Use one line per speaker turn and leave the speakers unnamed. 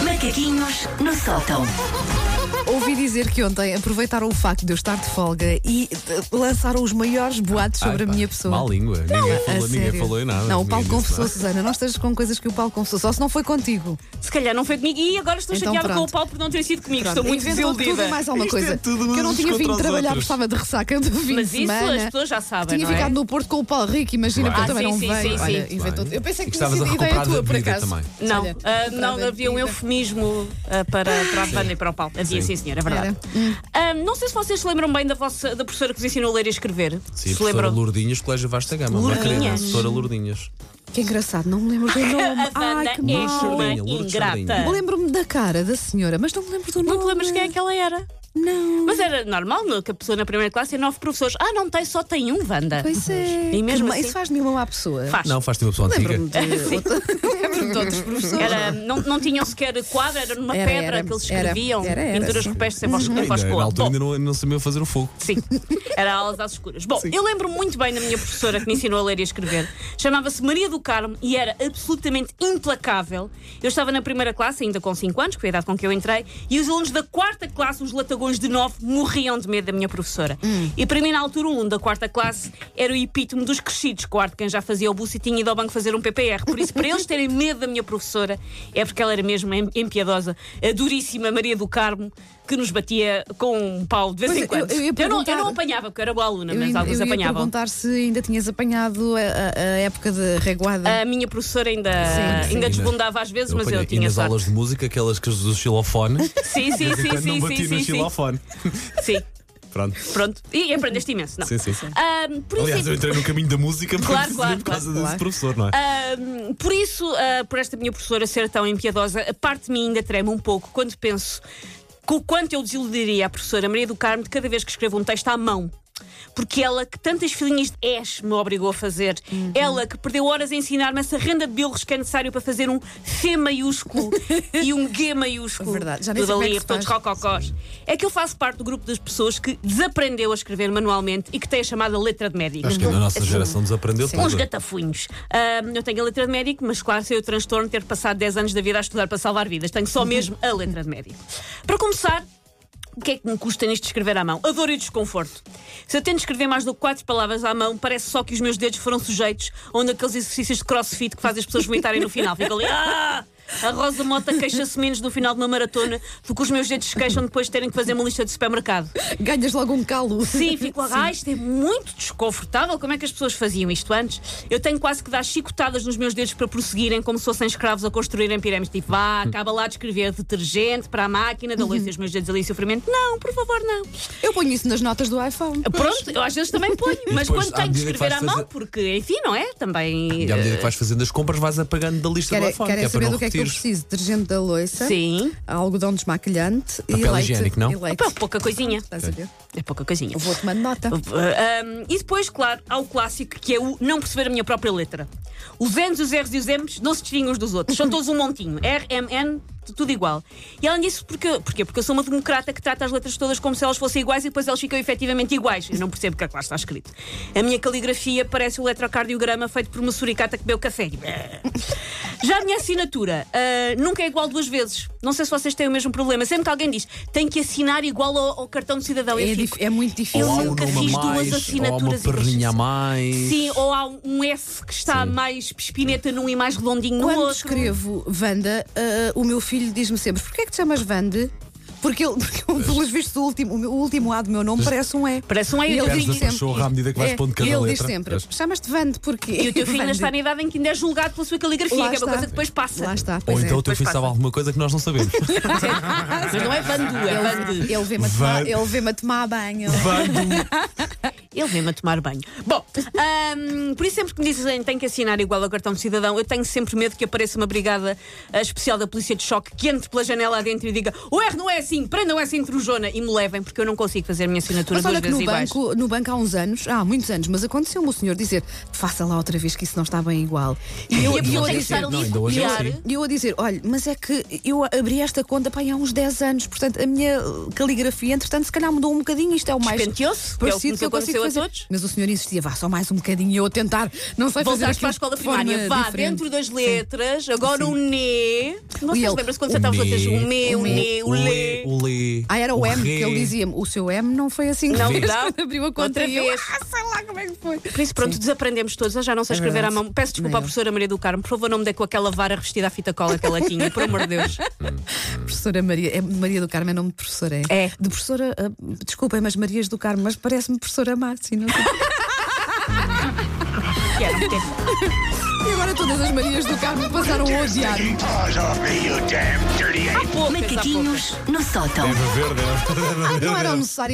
Macaquinhos no sótão.
Ouvi dizer que ontem aproveitaram o facto de eu estar de folga e eh, lançaram os maiores boatos sobre
Ai,
a
pá,
minha pessoa.
Má língua. ninguém,
A
falou, ninguém
sério.
falou em nada.
Não, o
ninguém
Paulo
disse
confessou,
nada.
Susana. Não estejas com coisas que o Paulo confessou, só se não foi contigo.
Se calhar não foi comigo e agora estou
Então,
chateada com
pronto.
o Paulo por não ter sido comigo. Estou
Pronto,
muito
inventou tudo
desiludida.
e mais alguma
Isto é
coisa.
tudo
que eu não
uns
tinha
contra
vindo
os
trabalhar
outros.
porque estava de ressaca do fim
Mas
de
isso
semana.
as pessoas já sabem,
Tinha
não é?
ficado no Porto com o Paulo Rico, imagina
Claro.
que eu também
Ah,
não
sim, sim,
veio.
sim,
Olha,
sim.
inventou.
Bem.
Eu pensei
é? E
que tinha
estavas
sido
a
ideia
recuperar da
tua, por
bebida
acaso.
também.
Não,
Olha,
ah, não
recuperada
havia um
bebida.
eufemismo ah, para, para a Vânia e para o Paulo. Havia sim,
Sim.
senhora, é verdade.
Hum.
Ah, não sei se vocês se lembram bem da, vossa, da professora que vos ensinou a ler e escrever.
Sim,
se
professora
lembram?
Lourdinhas, Colégio Vasta Gama. uma
Lourdinhas.
querida, Professora Lourdinhas.
Que engraçado, não me lembro do nome.
A Wanda
Ai, que
é
mal.
uma
Lourdes
ingrata.
Sardinha.
Lembro-me da cara da senhora, mas não me lembro do nome.
Não te lembras quem é que ela era?
Não.
Mas era normal no- que a pessoa na primeira classe tem nove professores. Ah, não tem, só tem um, Wanda.
Pois é.
E mesmo
Que ma-
assim-
Isso faz-me uma má pessoa.
Faz.
Não, faz-te uma pessoa antiga.
Lembro-me de, outra- lembro-me de outros professores.
Era, não, não tinham sequer quadro, era numa
Era,
pedra
era,
que eles
era,
escreviam
era, era,
pinturas
sim.
rupestres sempre aos- sempre aos
Uhum. Ainda, na
colares.
altura
é Bom,
ainda não, não sabia fazer o fogo.
Sim, era aulas às escuras. Bom, eu lembro muito bem da minha professora que me ensinou a ler e a escrever. Chamava-se Maria do Carmo e era absolutamente implacável. Eu estava na primeira classe, ainda com 5 anos, que foi a idade com que eu entrei, e os alunos da quarta classe, os latagões de 9, morriam de medo da minha professora. E para mim, na altura, um da quarta classe era o epítome dos crescidos, quarto, quem já fazia o buço e tinha ido ao banco fazer um PPR. Por isso, para eles terem medo da minha professora, é porque ela era mesmo em- impiedosa, a duríssima Maria do Carmo, que nos batia com um pau de vez
Pois,
em quando.
eu- eu ia
não- eu não
perguntar-
apanhava, porque eu era boa aluna,
Eu,
mas
ia-
alguns
eu ia
apanhavam.
perguntar se ainda tinhas apanhado a, a- a época de reguada.
A minha professora ainda,
Sim, sim.
ainda desbundava às vezes, mas eu
apanhei. e
tinha
nas
sorte.
aulas de música, aquelas que do xilofone.
Sim, sim, sim,
Quando não
sim,
bati
sim,
no
sim, sim.
xilofone.
Sim,
Pronto.
pronto. E aprendeste imenso, não?
Sim, sim, sim.
Ahm, por isso é
Aliás, eu entrei no caminho da música por-
Claro, claro,
por causa
claro, Ah,
desse
claro.
professor, não é?
Ahm, por isso, ah, por esta minha professora ser tão impiedosa, a parte de mim ainda treme um pouco quando penso com o quanto eu desiludiria a professora Maria do Carmo de cada vez que escrevo um texto à mão. Porque ela, que tantas filhinhas de és me obrigou a fazer,
Uhum.
ela que perdeu horas a ensinar-me essa renda de bilros que é necessário para fazer um C maiúsculo e um G maiúsculo.
Verdade, já nem
Tudo
sei como é
ali,
que se
todos
faz.
rococós. É que eu faço parte do grupo das pessoas que desaprendeu a escrever manualmente e que tem a chamada letra de médico.
Acho que ainda a
assim,
nossa geração desaprendeu
Sim.
tudo.
Uns gatafunhos. Ahm, eu tenho a letra de médico, mas claro, sei o transtorno de ter passado 10 anos da vida a estudar para salvar vidas. Tenho só mesmo a letra de médico. Para começar, o que é que me custa nisto de escrever à mão? A dor e o desconforto. Se eu tento escrever mais do que quatro palavras à mão, parece só que os meus dedos foram sujeitos a um daqueles exercícios de crossfit que fazem as pessoas vomitarem no final. Fico ali. "Ah!" A Rosa Mota queixa-se menos no final de uma maratona do que os meus dedos se queixam depois de terem que fazer uma lista de supermercado.
Ganhas logo um calo.
Ah. Sim, fico logo, ah, isto é muito desconfortável. Como é que as pessoas faziam isto antes? Eu tenho quase que dar chicotadas nos meus dedos para prosseguirem, como se fossem escravos a construírem pirâmides. Tipo,
Hum.
vá, acaba lá de escrever detergente para a máquina da
Uhum.
luz e os meus dedos ali em sofrimento. Não, por favor, não.
Eu ponho isso nas notas do iPhone.
Pronto, eu às vezes também ponho, mas
depois,
quando
à
tenho que
medida que
escrever
vais
à mão,
fazer-
porque, enfim, não é? Também.
E à medida
eh,
que vais fazendo as compras, vais apagando da lista do
Querem,
iPhone.
querem
que é para
saber
não
do que é que eu
repetires.
preciso? Detergente da loiça,
Sim.
algodão desmaquilhante e
Papel
leite.
higiênico, não?
E leite.
Pá, pouca coisinha.
Estás a ver?
É pouca coisinha.
Eu vou tomando nota.
Um, e depois, claro, há o clássico que é o não perceber a minha própria letra. Os N's, os R's e os M's não se distinguem uns dos outros, são todos um montinho. R, M, N, t- tudo igual. E além disso, porque, porquê? Porque eu sou uma democrata que trata as letras todas como se elas fossem iguais e depois elas ficam efetivamente iguais. Eu não percebo o que é que lá está escrito. A minha caligrafia parece o eletrocardiograma feito por uma suricata que bebeu café. Já a minha assinatura ah, nunca é igual duas vezes. Não sei se vocês têm o mesmo problema. Sempre que alguém diz tem que assinar igual ao, ao cartão do cidadão. Eu
É,
fico,
dif- é muito difícil.
Eu
Ou há
nunca
um nome a
fiz duas
mais, Ou há uma
assinaturas
perninha a
iguais.
mais.
Sim, ou há um F que está mais espineta num e mais redondinho no
Quando
outro.
escrevo Wanda, ah, o meu filho diz-me sempre: Porquê é que te chamas Wanda? Porque, ele, porque pelos vistos, o último, o meu- o último A do meu nome parece um E.
Parece um E,
E
eu
ele
digo
diz
Perdes a
sempre.
pachorra à medida que vais
é,
pondo cada
e ele
letra.
diz sempre:
Parece-
Chamas-te Vanda porque.
E o teu filho ainda está na idade em que ainda é julgado pela sua caligrafia,
Lá
que é
está.
uma coisa que depois passa.
Lá está.
Ou
pois
então
é.
o teu
Pois
filho
passa.
sabe alguma coisa que nós não sabemos.
Mas não é Vandu, é Vandu.
Ele vê-me a
Van-
tomar- ele vê-me a tomar banho.
Ele vem-me a tomar banho. Bom, ahm, por isso sempre que me dizem tenho que assinar igual ao cartão de cidadão, eu tenho sempre medo que apareça uma brigada ah, especial da polícia de choque que entre pela janela adentro e diga o R não é assim, prendam essa intrujona e me levem, porque eu não consigo fazer a minha assinatura
Mas
duas
olha que
vezes
no
iguais.
banco, no banco há uns anos, há muitos anos, mas aconteceu-me o senhor dizer faça lá outra vez que isso não está bem igual. E eu,
E a
e eu
pessoa
a
tem que
dizer,
estar ali
Não,
a
ainda hoje é
copiar.
assim.
e eu a dizer, olha, mas é que eu abri esta conta pá, há uns 10 anos, portanto a minha caligrafia, entretanto, se calhar mudou um bocadinho, isto é o mais
Despenteou-se, que é o que
parecido
nos
que eu consigo
aconteceu deu a
fazer.
todos?
Mas o senhor insistia, vá só mais um bocadinho e eu a tentar. Não sei
Voltaste
fazer
para a
aquilo
escola
de forma
primária, vá
diferente.
dentro das letras, agora o NE. Não
E
sei
ele,
se lembras quando um
o
sentavas
né,
letras, o ME, o
Então o
NE, o LE.
O Lê.
Ah, era o, M
Rê.
que ele dizia-me. O seu M não foi assim que
Não
fez
dá.
quando abriu a conta.
Outra
e eu,
vez.
ah, sei lá como é que foi.
Por isso, pronto, desaprendemos todos. Eu já não sei
É
escrever à
verdade.
mão. Peço desculpa
Nem
à
eu.
professora Maria do Carmo. Por favor, não me dê com aquela vara revestida à fita cola que ela tinha, por amor de Deus.
Professora Maria. É Maria do Carmo é nome de professora, é?
É.
De professora. ah, desculpem, mas Marias do Carmo, mas parece-me professora Márcia. Não sei.
Que era um bocadinho.
e agora todas as Marias do Carmo passaram a odiar.
Take your paws off me, you damn dirty ape!
Poucas, há poucas.
Macaquinhos no sótão.
Deve haver, deve haver.
Ah, então Não eram necessárias.